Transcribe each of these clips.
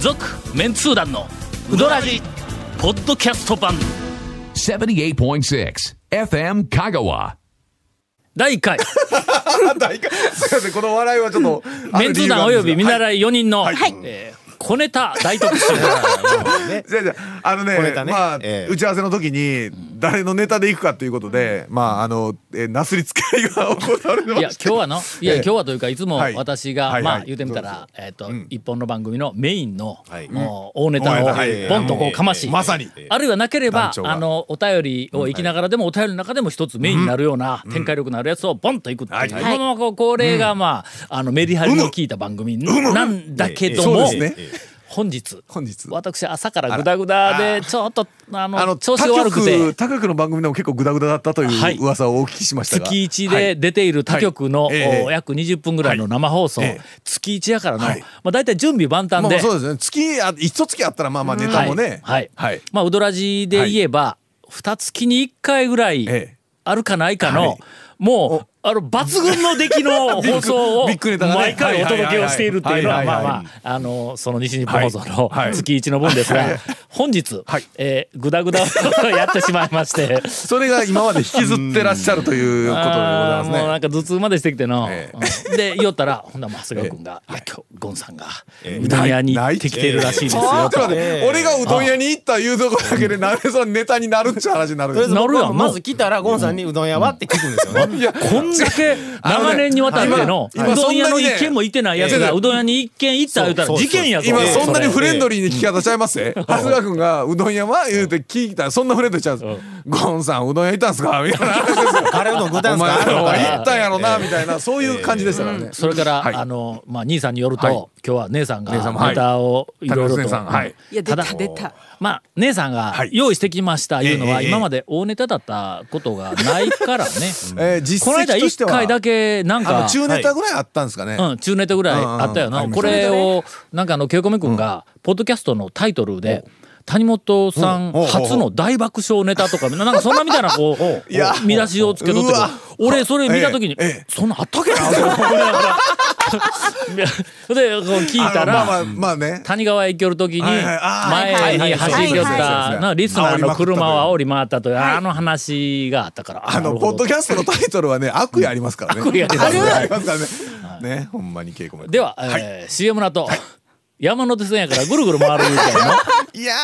続メンツー団のウドラジポッドキャスト版78.6 FM Kagawa. 第1回大会すいませんこの笑いはちょ っと あメるンツ理由ーが団あおるよんでびす見が習い4人の、はいえー小ネタ大特集じゃあじゃああのね小ネタねまあ、ええ打ち合わせの時に誰のネタでいくかということでまああの、えなすりつけ合いが行われてまいやし今日はのいやええ今日はというかいつもはい私が、はいまはあい言うてみたら、えっ、と、一本の番組のメインの、はいもう大ネタ大をネタはいボンとこうかまし、たまさにあるいはなければ団長があのお便りを生きながらでも、お便りの中でも一つメインになるような、展開力のあるやつをボンといくっていう、はいこのままこうこれがまああのメリハリの効いた番組なんだけどうんも、そうですね本日本日私朝からグダグダでちょっとあのあの調他子悪くて。局他局の番組でも結構グダグダだったとはいいう噂をお聞きしましたが、月一で出ている他局の、はいええお約20分ぐらいの生放送、はいええ月一やからの、はいまあ、大体準備万端まあまで、あそうですね月あ一月あったらまあまあネタもね、はい、はいまあウドラジで言えば、二月に一回ぐらいええあるかないかの、はいもうあの抜群の出来 のビッグ放送をビッグネタがね毎回お届けをしているっていうのははいはいまはあいまああのその西日本放送のはいはい月一の分ですが、本日、はいえー、グダグダをやってしまいまして。それが今まで引きずってらっしゃるということでございますあーもうなねんか頭痛までしてきての、えうんで言おったらほ んなら長谷川君が「いや今日ゴンさんがええうどん屋に行なっいてきてるらしいですよ」ちょっとと。待って、俺がうどん屋に行ったいうとこだけでなぜそのネタになるっちゅう話になるんとでりあえすずなる僕やんはまず来たらゴンさんにうどん屋はって聞くんですよね。いやこんだけ長年にわたってのあのね今うどん屋の今そんなにね一軒も行ってないやつがええうどん屋に一軒行った言うたらそうそう事件やぞ今ええそんなにれフレンドリーに聞き方ちゃいますね長谷川君がうどん屋は言うて聞いたらそんなフレンドリーちゃうんですゴンさんうどん屋行ったんすかみたいな話ですよ カレーうどん食うたおんす前らかとはかね行ったんやろなみたいなそういう感じでしたからねそれから、はいあのまあ兄さんによると、はい今日は姉さんが姉さんもはいネタをいろいろと、高橋さんはいいや出たただ出たまあ姉さんがはい用意してきましたいうのは、ええええ今まで大ネタだったことがないからね。 えー実この間績として1は回だけなんあかの中ネタぐらいあったんですかねうん、中ネタぐらいあったよな、うんうんこれをなんかあのケイコメ君がポッドキャストのタイトルで谷本さんうん初の大爆笑ネタとか なんかそんなみたいなこういや見出しをつけとってうわ俺それ見た時にええええそんなんあったっけな と思いながらでこう聞いたあのまあまあら。まあね谷川へ行ける時にはいはいあー前に走り寄っはいははいいたはいなリスナーの車を煽煽り回ったというあの話があったからあのポッドキャストのタイトルはね悪意ありますからね悪意あります悪意ありますからねねほんまに稽古もでは、えー、CM の後、山手線やからぐるぐる回るみたいな。いや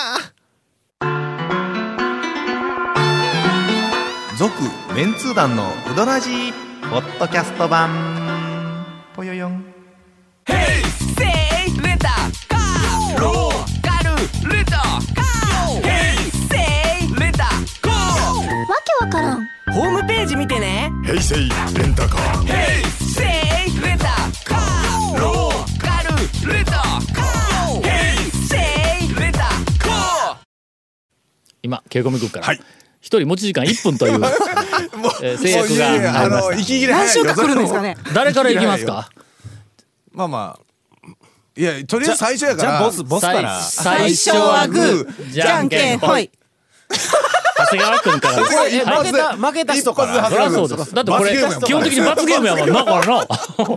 ー続メンツー団のウドラジーポッドキャスト版ぽよよんホームページ見てね 今稽古見くからは一い、人持ち時間1分と いうもうえー制約がもういやいあやありましたの息切れ早何い週間来るんですそれかもね誰からいきますかまあまあいやとりあえず最初やかじらゃあボスボスから。最最初はグーじゃんけんほいじ長谷川君からですこれえ一はい発で負けた負けた人から一発そりゃそうですだってこれ基本的に罰ゲームやもんなこれ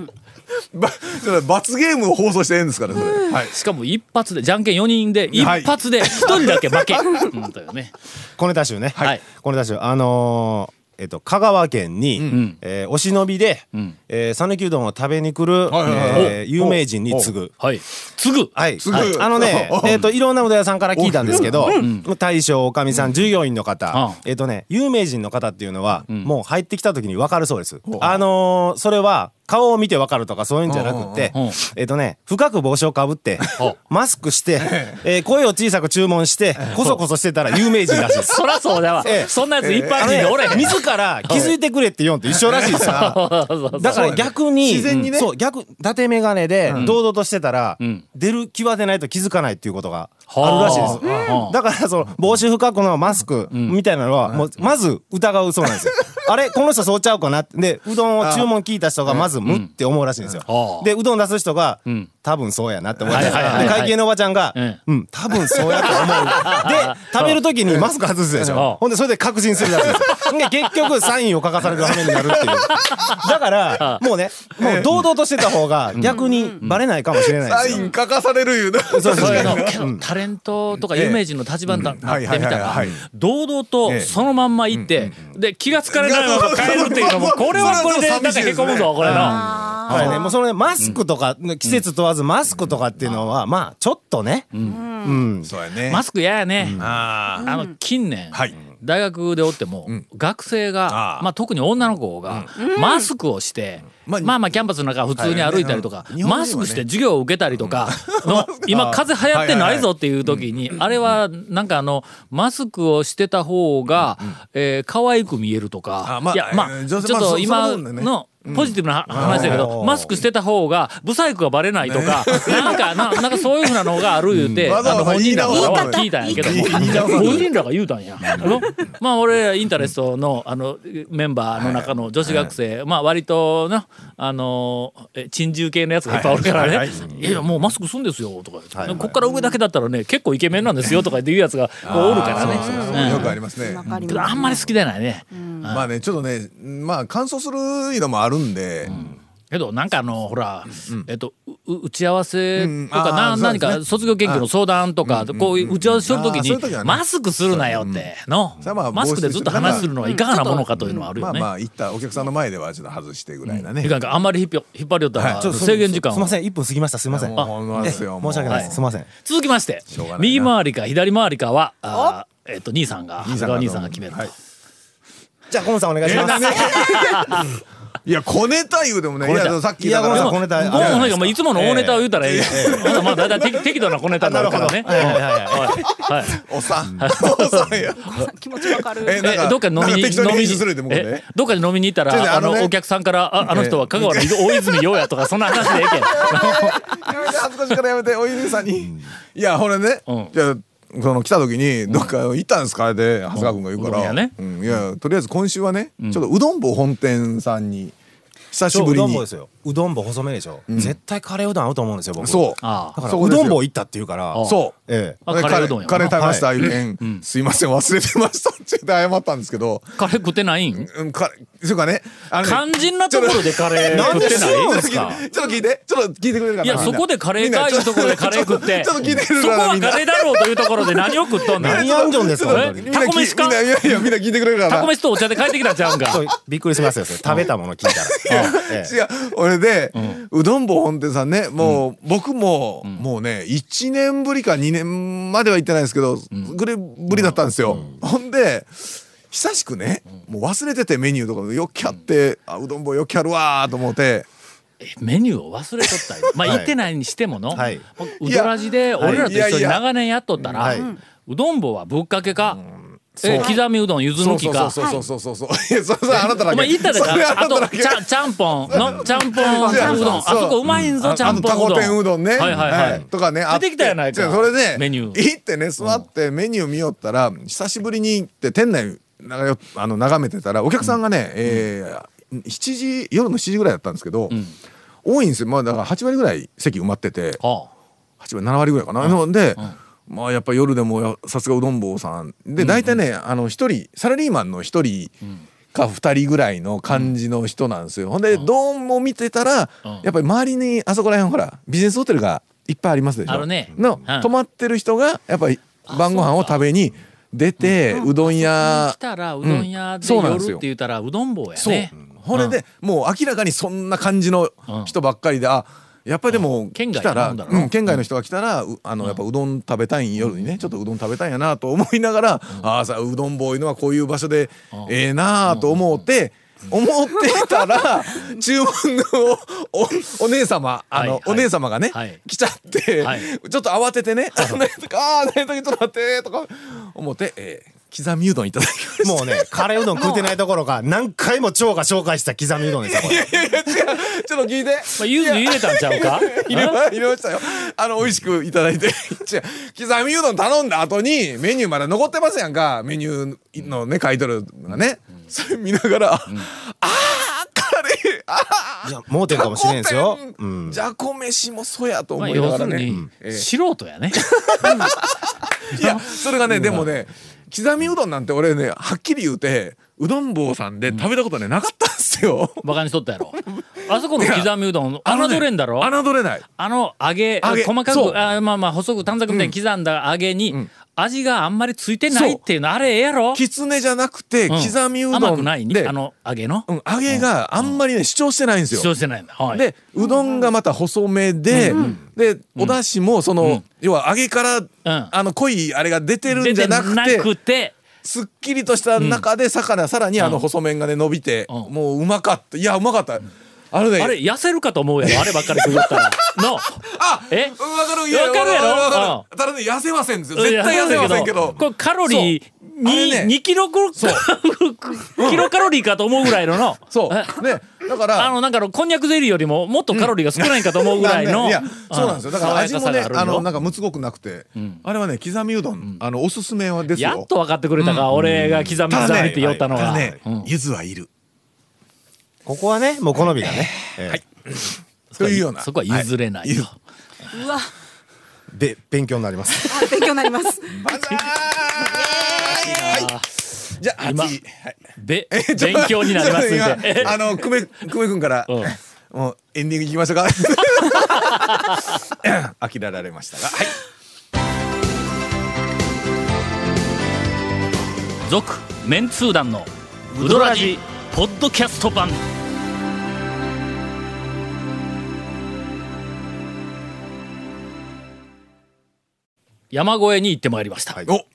の ばそれ罰ゲームを放送してええんですからそれ、はいしかも一発でじゃんけん4人で一はい発で一人だけ負け、うんというね小ネタ集ね。はい小ネタ集あのーえっと香川県に、えーお忍びで、えー讃岐うどんを食べに来る、はいはいはいえー有名人に次ぐ。はいすぐはい、ぐはいあ のねえっといろんなうどん屋さんから聞いたんですけど、大将おかみさん従業員の方、うえっとね有名人の方っていうのは、もう入ってきた時に分かるそうです、あのーそれは顔を見て分かるとかそういうんじゃなくって、うんうんうんえっとね深く帽子をかぶってうんマスクして、えー声を小さく注文してこそこそしてたら有名人らしいですそらそうだわ、ええそんなやつ一般人あでのおれへねん、自ら気づいてくれって言うんと一緒らしいです よだから逆に自然にねそう逆伊達眼鏡で堂々としてたら、出る際でないと気づかないっていうことがあるらしいです、はあうんだからその帽子深くのマスクみたいなのは、もうまず疑うそうなんで すよあれこの人そうちゃうかなってでうどんを注文聞いた人がまず「む」って思うらしいんですよ、うんでうどん出す人が、ん多分そうやなって思って、はいはいはいで会計のおばちゃんが「うんうん多分そうやと思う」で食べる時にマスク外すでしうんょほんでそれで確信するらしいですで、結局、サインを書かされる羽目になるっていう。だから、もうね、もう堂々としてた方が、逆にバレないかもしれないサですインよ。書かされるいうな。そうそうそれそのうけどタレントとか有名人の立場になってみはいはいたはらいはい堂々えとえそのまんま行ってで気がつかれないまま帰るっていうのもこれはこれでなんかへこむぞこれの。はいね、もうそのね、マスクとか、季節問わずマスクとかっていうのは、まあ、ちょっとね、うん。そうやね。マスク嫌やね。ああの近年、はい大学でおっても、学生がああまあ、特に女の子が、マスクをして、まあまあまあキャンパスの中普通に歩いたりとか、はいはいうんマスクして授業を受けたりとかの、今風邪流行ってないぞっていう時に、あれはなんかあのマスクをしてた方が、えー可愛く見えるとか、あまあいやまあ、えーちょ女っ性まあとそ今そのもんだねの。ポジティブな話だけど、うんマスクしてた方が、ブサイクがバレないとか、なんか、ななんかそういうふうなのがある言うて、うんわざわざあの本人ら言い直はさ聞いたんやけども言い直さない本人らが言うたんや。のまあ俺インタレストのあのメンバーの中の女子学生、まあ割となあのえ珍獣系のやつがいっぱいおるからね「いやいやもうマスクすんですよ」とか言って、こっから上だけだったらね結構イケメンなんですよ」とかっていうやつがこうおるからね。そうそううんよくありますねわ。かりけどあんまり好きでないね。まあね、ちょっとね、まあ乾燥するいうのもあるんで、けどなんかあのほら、えっとう打ち合わせとか、うんなあーそう何ですねか卒業研究の相談とか、こういう打ち合わせするときあーに、そういう時はねマスクするなよっての、それはまあマスクでずっと話するのはいかがなものかというのはあるまよあね。まあ行ったお客さんの前ではちょっと外してぐらいだね。いかんかあんまり引っ張引っ張りよったら、はいちょっと制限時間をすみません、1分過ぎました。すみません。もうほんまですよええも申うし訳ないです。すみません。続きましてょうがないな右回りか左回りかはあーえっと兄さんが長谷さんが川兄さんが決めると、はいじゃあ、コンさんお願いします。 いや、小ネタ言うでもね、いや、でもさっきだかいやらごめんなさい小ネもタうもうなんかもういつもの大ネタを言うたらいい、まあまあだいたい適適度な小ネタになるからね。はいはいはいおっさん。おっさんや。 気持ちわかる。えなんかえどっか飲みになんか適当に飲み編集するで向こうでえどっかに飲みに行った違う違うらああののねお客さんからああの人は香川の大泉洋やとかそんな話でええ けん。やめて恥ずかしいからやめてお泉さんにいやほらね、うんじゃあその来た時にどっか行ったんですかで長谷川君が言うかうどんら、屋ねうんいやとりあえず今週はね、ちょっとうどん坊本店さんに久しぶりうどんぼにですよ。うどんぼ細めでしょ。絶対カレーうどん合うと思うんですよ、僕。そうああだからそうこですよどんぼ行ったっていうから。そうえあでカレーうどんやカレー食べました、いうけんすいません忘れてましたって言って謝ったんですけど、カレー食ってないん？うん、カレーそうかねあのね肝心なところでカレーなん食っでてない知らんのちょっと聞いてちょっと聞いてちょっと聞いてくれるかないやそこでカレーかいうところでカレー食ってちょっと聞いてくそれるこかなはみんなカレーだろうというところで何を食っとんえ。だ何やんじょんですか、え本当に。みんなタコ飯かみんないやいやみんな聞いてくれるかなタコ飯とお茶で帰ってきたんちゃうんかそうびっくりしますよ、それ食べたもの聞いた ら。ええ違う俺で、うどん坊本店さんねもう、僕も、もうね1年ぶりか2年までは行ってないですけど、ぐれぶりだったんですよ、ほんで久しくね、もう忘れててメニューとかもよきあって、あうどん坊よきあるわーと思ってメニューを忘れとったりまあはい行ってないにしてもの、はいウドラジで俺らと一いや緒いにや長年やっとったら、はいうどん坊はぶっかけか、うえ刻みうどんゆずそう抜きそうかそうそうそうそうそういやそれそれあなただけお前言ったでしょそれああなただとけちゃちゃんぽんのちゃんぽんう違うどんあそこうまいんぞあちゃんぽんうあどんとタコ天うどんね。はいはいはい、とかね。あっ出ててきたやないか違うそれで、メニュー行ってね、座ってメニュー見よったら、久しぶりに行って店内、なよあの、眺めてたら、お客さんがね、えー7時、夜の7時ぐらいだったんですけど、多いんですよ。まあだから8割ぐらい席埋まってて、は8割、7割ぐらいかな。ので、まあやっぱ夜でもやさすがうどん坊さんで大体ねあの一人サラリーマンの一人か二人ぐらいの感じの人なんですよ。ほんでどうも見てたらうんやっぱり周りにあそこら辺ほらビジネスホテルがいっぱいありますでしょ。あるねのうん泊まってる人がやっぱり晩ご飯を食べに出てうどんあ屋来たらうどん屋でそうな夜んっですてよ言ったらうどん坊やそうね。これでもう明らかにそんな感じの人ばっかりであやっぱりでも県外来たら、なうん、だろうん県外の人が来たらうあのやっぱうどん食べたいん夜にねちょっとうどん食べたいんやなと思いながら、ああさうどん坊いうのはこういう場所でええなあと思って。思ってたら注文のおおお姉様あの、はいはいお姉様がね、はい来ちゃって、はいちょっと慌ててね「あのねとかあーねとかちょっと待って」とか思って、えー刻みうどんいただきました。もうね、カレーうどん食ってないところが、何回も蝶が紹介した刻みうどんですよ、これ。ちょっと聞いてまあ、ゆず入れたんちゃ うか入れま入れましたよあの美味しくいただいて 違う刻みうどん頼んだ後にメニューまだ残ってますやんかメニューのね書いてるのがねそれ見ながら、ああカレーああいや、盲点かもしれんですよ。うん。じゃこ飯もそうやとま思あ、いな要がすらるね、に、ええ素人やね。いやそれがねでもね刻みうどんなんて俺ねはっきり言うてうどん坊さんで食べたことねなかったんですよ。バカにしとったやろあそこの刻みうどん侮れんだろあの,、侮れない。揚げ揚げ細かそうくあまあまあ細く短冊みたいに刻んだ揚げに、味があんまりついてないっていうのあれええやろ、きつねじゃなくてうん刻みうどんで、甘くないねあの揚げの、うん、揚げがあんまりね主張してないんですよ。主張してないんだ、はい、でうどんがまた細めで、でお出汁もその、要は揚げから、あの濃いあれが出てるんじゃなく出てなくてすっきりとした中で魚、さらにあの細麺がね伸びて、うんもううまかったいやうまかったあのねあれ痩せるかと思うやろあればっかり食いよった らのあえうんわかるわかるやろわかるただね痩せませんですよ絶対痩せませんけどこれカロリーあれにね2キロく キロカロリーかと思うぐらいののそうえねだから あのなんかのこんにゃくゼリーよりももっとカロリーが少ないんかと思うぐらいの、いやそうなんですよだから味もね爽やかさがあるよのなんかむつごくなくて、あれはね刻みうどん、あのおすすめはですよやっと分かってくれたか、俺が刻み刻みって言おったのたが、だねうん柚子はいるここはね、もう好みがね。ええというようなそこは譲れないと、うわべ、勉強にな ります。あ勉強になりますバザーはいじゃあ今次はいべ勉強になり ますんちょっとで今あ の久米久米君から、うんもうエンディングいきましょうか 飽きられましたがはい「続、メンツー団のウドラジポッドキャスト版」山越えに行ってまいりました、お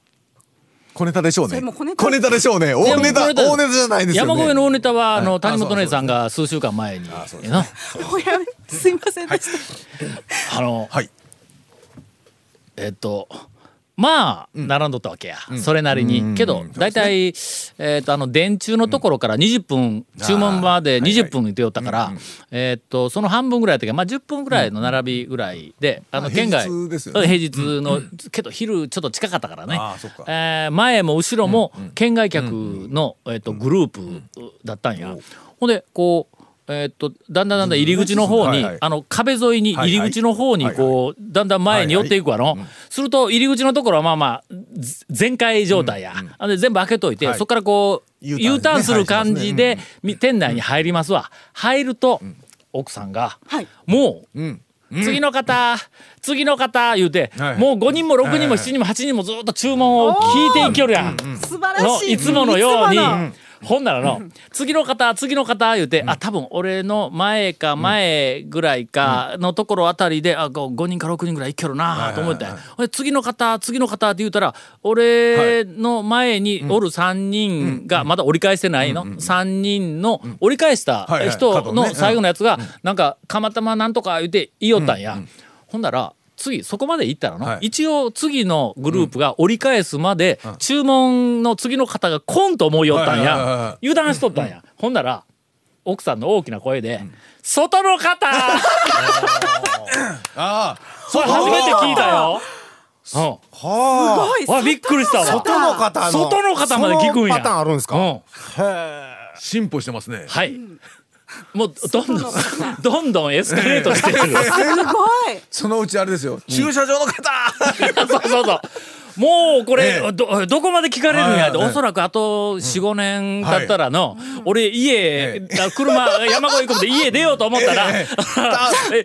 小ネタでしょうそねれもう小ネタ小ネタでしょうねで大もネタこれ大だネタじゃないですよね山越えの大ネタはあのはい谷あそ本う姉さんが数週間前にあそうでなもうやめすいませんでしたあのはいえっとまあ並んどったわけや、それなりにけど大体、えっとあの電柱のところから20分、注文まで20分いてよったから、えっとその半分ぐらいだけまあ10分ぐらいの並びぐらいで、あのあ県外平日ですよねうん平日の、けど昼ちょっと近かったからねあーそっかえー前も後ろも県外客の、えっとグループだったんや、ほんでこうえっとだんだんだんだん入り口の方はに、いはいあの壁沿いに入り口の方にこう、だんだん前に寄っていくわの、すると入り口のところはまあまあぜ全開状態や、あので全部開けといて、はいそこからこう U U ターンねターンする感じで、み店内に入りますわ入ると、奥さんが、はいもう、次の方、次の方言うて、はいもう5人も6人も7人も8人もずっと注文を聞いていきよるやん。素晴らのしいいつものようにいつものほんならの次の方次の方言うて、あ多分俺の前か前ぐらいかのところあたりで、あこう5人か6人ぐらいいけるなと思って、ほんで次の方次の方って言うたら俺の前におる3人がまだ折り返してないの、3人の折り返したはいはい人角ねの最後のやつが、なんか「釜玉なんとか」言うて言いよったんや。ほんなら次そこまで行ったらの、はい一応次のグループが折り返すまで注文の次の方が来んと思いよったんはいはいはいはや油断しとったんや、ほんなら奥さんの大きな声で「外の方! 」 ああそれ初めて聞いたよ。うすはごいん、わびっくりしたわ。外外のの方方の。外の方まで聞くんやそのパターンあるんですうかん進歩してますねはい。もうどんどんどんどんエスカレートしてる。すごいそのうちあれですよ駐車場の方 そうそうそう。もうこれ、ええどどこまで聞かれるんやって、はいはいおそらくあと45、年経ったらの、俺家、あ車山越え込んで家出ようと思ったら、 ええ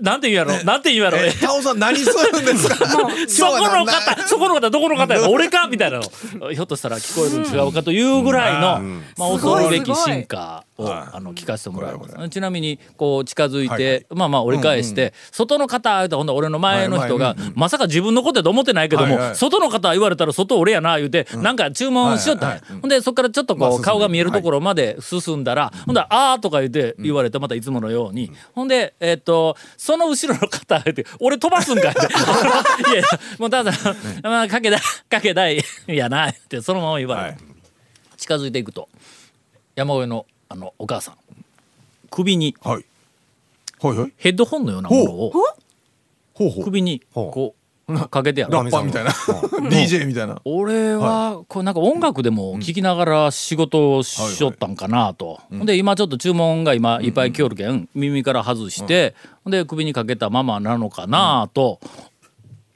なんて言うやろなんて言うやろ、えタオさん何するんです かそこの今日はな方そこの方どこの方やろ俺かみたいなのひょっとしたら聞こえるん違うかというぐらいの、まあ、すご恐いるべきすごい進化をあの聞かせてもらいまこれすちなみにこう近づいて、はいはいまあまあ折り返して、外の方言うたらほんで俺の前の人が、はいまさか自分のことやと思ってないけども、はいはい外の方言われたら外俺やな言うて、なんか注文しよったんや、ほんでそこからちょっとこう、まあ進んで顔が見えるところまで進んだら、ほんだら「あー」とか言って言われてまたいつものように、ほんでえっ、とその後ろの方言って「俺飛ばすんか」って あの「いやいやもうただ、まあ、かけだかけだい やな」ってそのまま言われて、はい近づいていくと山越えのあのお母さん首にはいはいはいヘッドホンのようなものをほうほう首にこうかけてやるラッパーみたいな DJ みたいな俺はこうなんか音楽でも聴きながら仕事をしよったんかなと、ほんで今ちょっと注文が今いっぱい来よるけん、耳から外して、ほんで首にかけたままなのかなと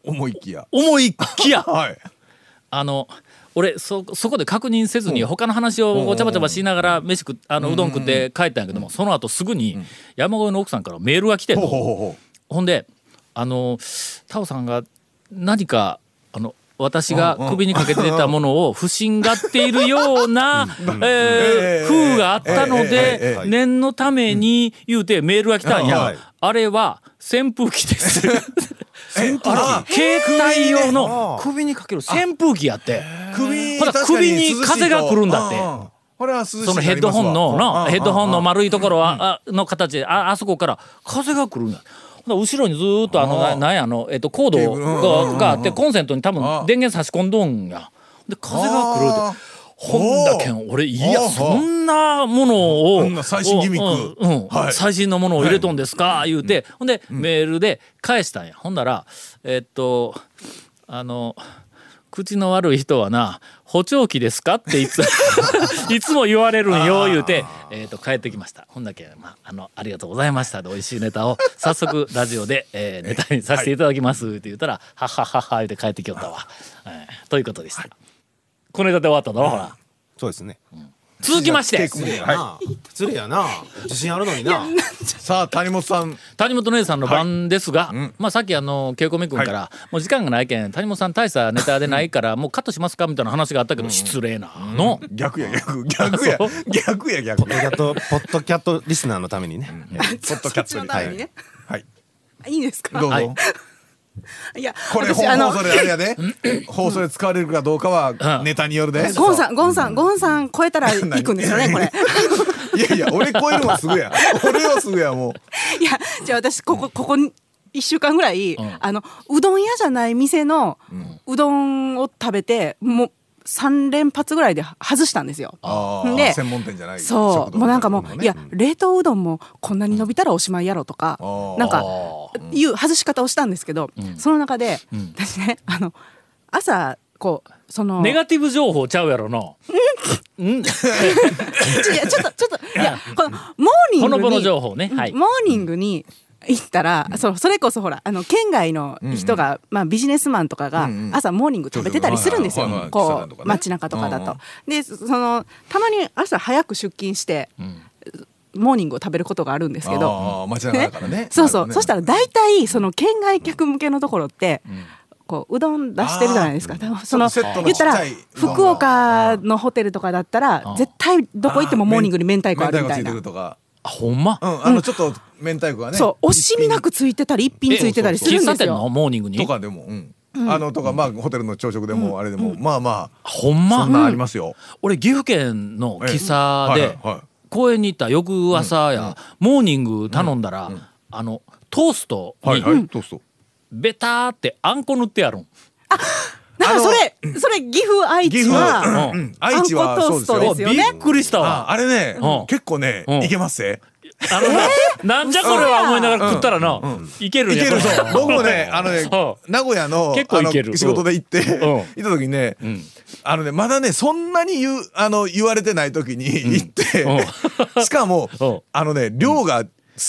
思いきや思いきやはい あの俺そそこで確認せずに他の話をこうちゃばちゃばしながら飯食っあのうどん食って帰ったんやけどもその後すぐに山越えの奥さんからメールが来てんのほうほうほほんであのタオさんが何かあの私が首にかけてたものを不審がっているよう な、えーえー風があったのえーえーでえー念のために言うてメールが来たんはやいあれは扇風機ですう あ 携帯用のあー首にかける扇風機やって首にほら確か首に涼しいと風が来るんだってああこれは涼しいそのヘッドホンのなヘッドホンのま丸いところはあの形でああそこから風が来るんだ。ほんなら後ろにずーっとあのななんやあのえっとコーケーブルうんうんドうがんがあってコンセントに多分あ電源差し込んどんや。で風が来るっあーて。ほんだけん俺いやあーそんなものをんな最新ギミックうんうんはい最新のものを入れとんですか言うてほんでメールで返したんやほんならえっとあの口の悪い人はな補聴器ですかってい ついつも言われるんよ言うて、えー、と帰ってきましたほんだけ、まあ、あのありがとうございましたで美味しいネタを早速ラジオで、えーネタにさせていただきますって言ったら「はっはっはっは」言うて帰ってきよったわ、えーということでした、このネタで終わっただろほらそうですね。続きましてはい。失礼やな。自信あるのにな。さあ谷本さん谷本姉さんの番ですが、まあ、さっきあの稽古目君から、もう時間がないけん谷本さん大したネタでないからもうカットしますかみたいな話があったけど、失礼なの。逆や逆逆やそう逆や逆ポッドキャット、ポッドキャットリスナーのためにね。ポッドキャットそっちのにためにねはいあいいんですかどうはいぞいやこれ私本あの放送であれやで放送で使われるかどうかはうんネタによるでゴンさんゴンさんゴンさん超えたら行くんですよねこれいやいや俺超えるのはす ぐや俺はすぐやもう いやじゃあ私ここここに1週間ぐらい、んあのうどん屋じゃない店のうどんを食べてもう3連発ぐらいで外したんですよ。ああんで専門店じゃないそうもうなんかもう、いやん冷凍うどんもこんなに伸びたらおしまいやろとかあーなんかいう外し方をしたんですけど、その中で、私ねあの朝こうそのネガティブ情報ちゃうやろの。うん。ちょいやちょっとちょっといやこのモーニングほにのぼの情報ね。はい。モーニングに行ったら、そのそれこそほらあの県外の人が、まあ、ビジネスマンとかがんうん朝モーニング食べてたりするんですよ、はいはいはい喫茶こ店とうかね街中とかだと。うんうんでそのたまに朝早く出勤して、モーニングを食べることがあるんですけど。ああ街中だからね そうそう、そしたらら大体その県外客向けのところって、こううどん出してるじゃないですか。でもそのちょっとセットの言ったらちっちゃいうどんが福岡のホテルとかだったら絶対どこ行ってもモーニングに明太子あるみたいついてなく。るとかあ、ほんまう。んあのちょっと明太子がねそう惜しみなくついてたり一品ついてたりするん喫で茶す店のよ。モーニングとに。かでもうんあのとかまあホテルの朝食でもあれでもまあまあほんそんなま。ありますよ俺岐阜県の喫茶えでえはいはいはい公園に行った翌朝やモーニング頼んだらあのトーストはいはにいトーストベターってあんこ塗ってあるん。だからあのそれそれ岐阜愛岐知阜はうんうん愛知はあんこそトうーでスすよトですよねおびっくりしたあわ。あれねうん結構ねうんいけますぜあのななんじゃこれは思いながら食ったらな、いけるんいやけ るそう僕もねあのねそう名古屋の結構いけるあの仕事で行ってん行った時にねあのねまだねそんなに言うあの言われてない時に行ってう しかもうんあのね量が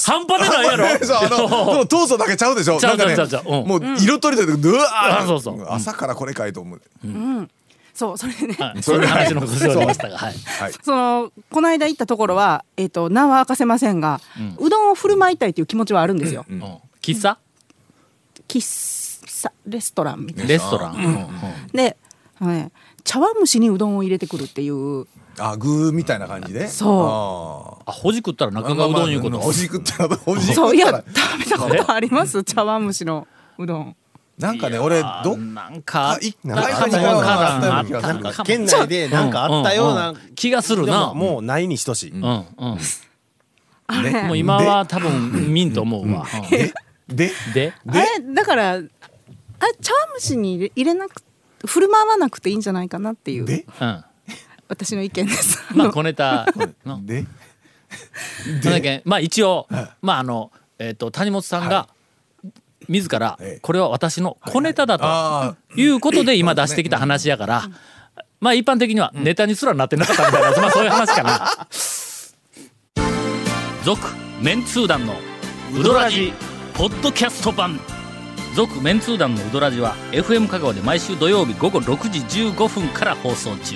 半端でないやろ。 そうあのそのトーストだけちゃうでしょちゃなうんかねちゃうちゃうちゃううんもう色とりどりでうわあーそうそううん朝からこれかいと思うそうそれでね、はいそういう話のご承知でしたが、はい。はいそのこの間行ったところはえっ、と名は明かせませんが、うどんを振る舞いたいという気持ちはあるんですよ。うん喫茶喫茶レストランみたいレストラン。うんうんな。で、あのね、茶碗蒸しにうどんを入れてくるっていうあ具みたいな感じでそあ、ほじくったらあー中がうどんいうこまあまと。あほじくったらほじそくういっやた食らべたことあります茶碗蒸しのうどん。なんかね俺どっなんか一あ回ったかもか二からあった回はあっような気がたすかるも県内でなんかあったようなうんうん気がするでなももうないに等しい。うんうんあれ、もう今は多分ミンと思うわででうんであれだからあれ茶碗蒸しに入れ入れなく振る舞わなくていいんじゃないかなっていうでうん私の意見です。まあ小ネタのでそんだけまあ一応まああのえっと谷本さんが自らええこれは私の小ネタだあということで今出してきた話やからまあ一般的にはネタにすらなってなかったみたいなまあそういう話か な。続メンツー団のウドラジポッドキャスト版続メンツー団のウドラジは FM 香川で毎週土曜日午後6時15分から放送中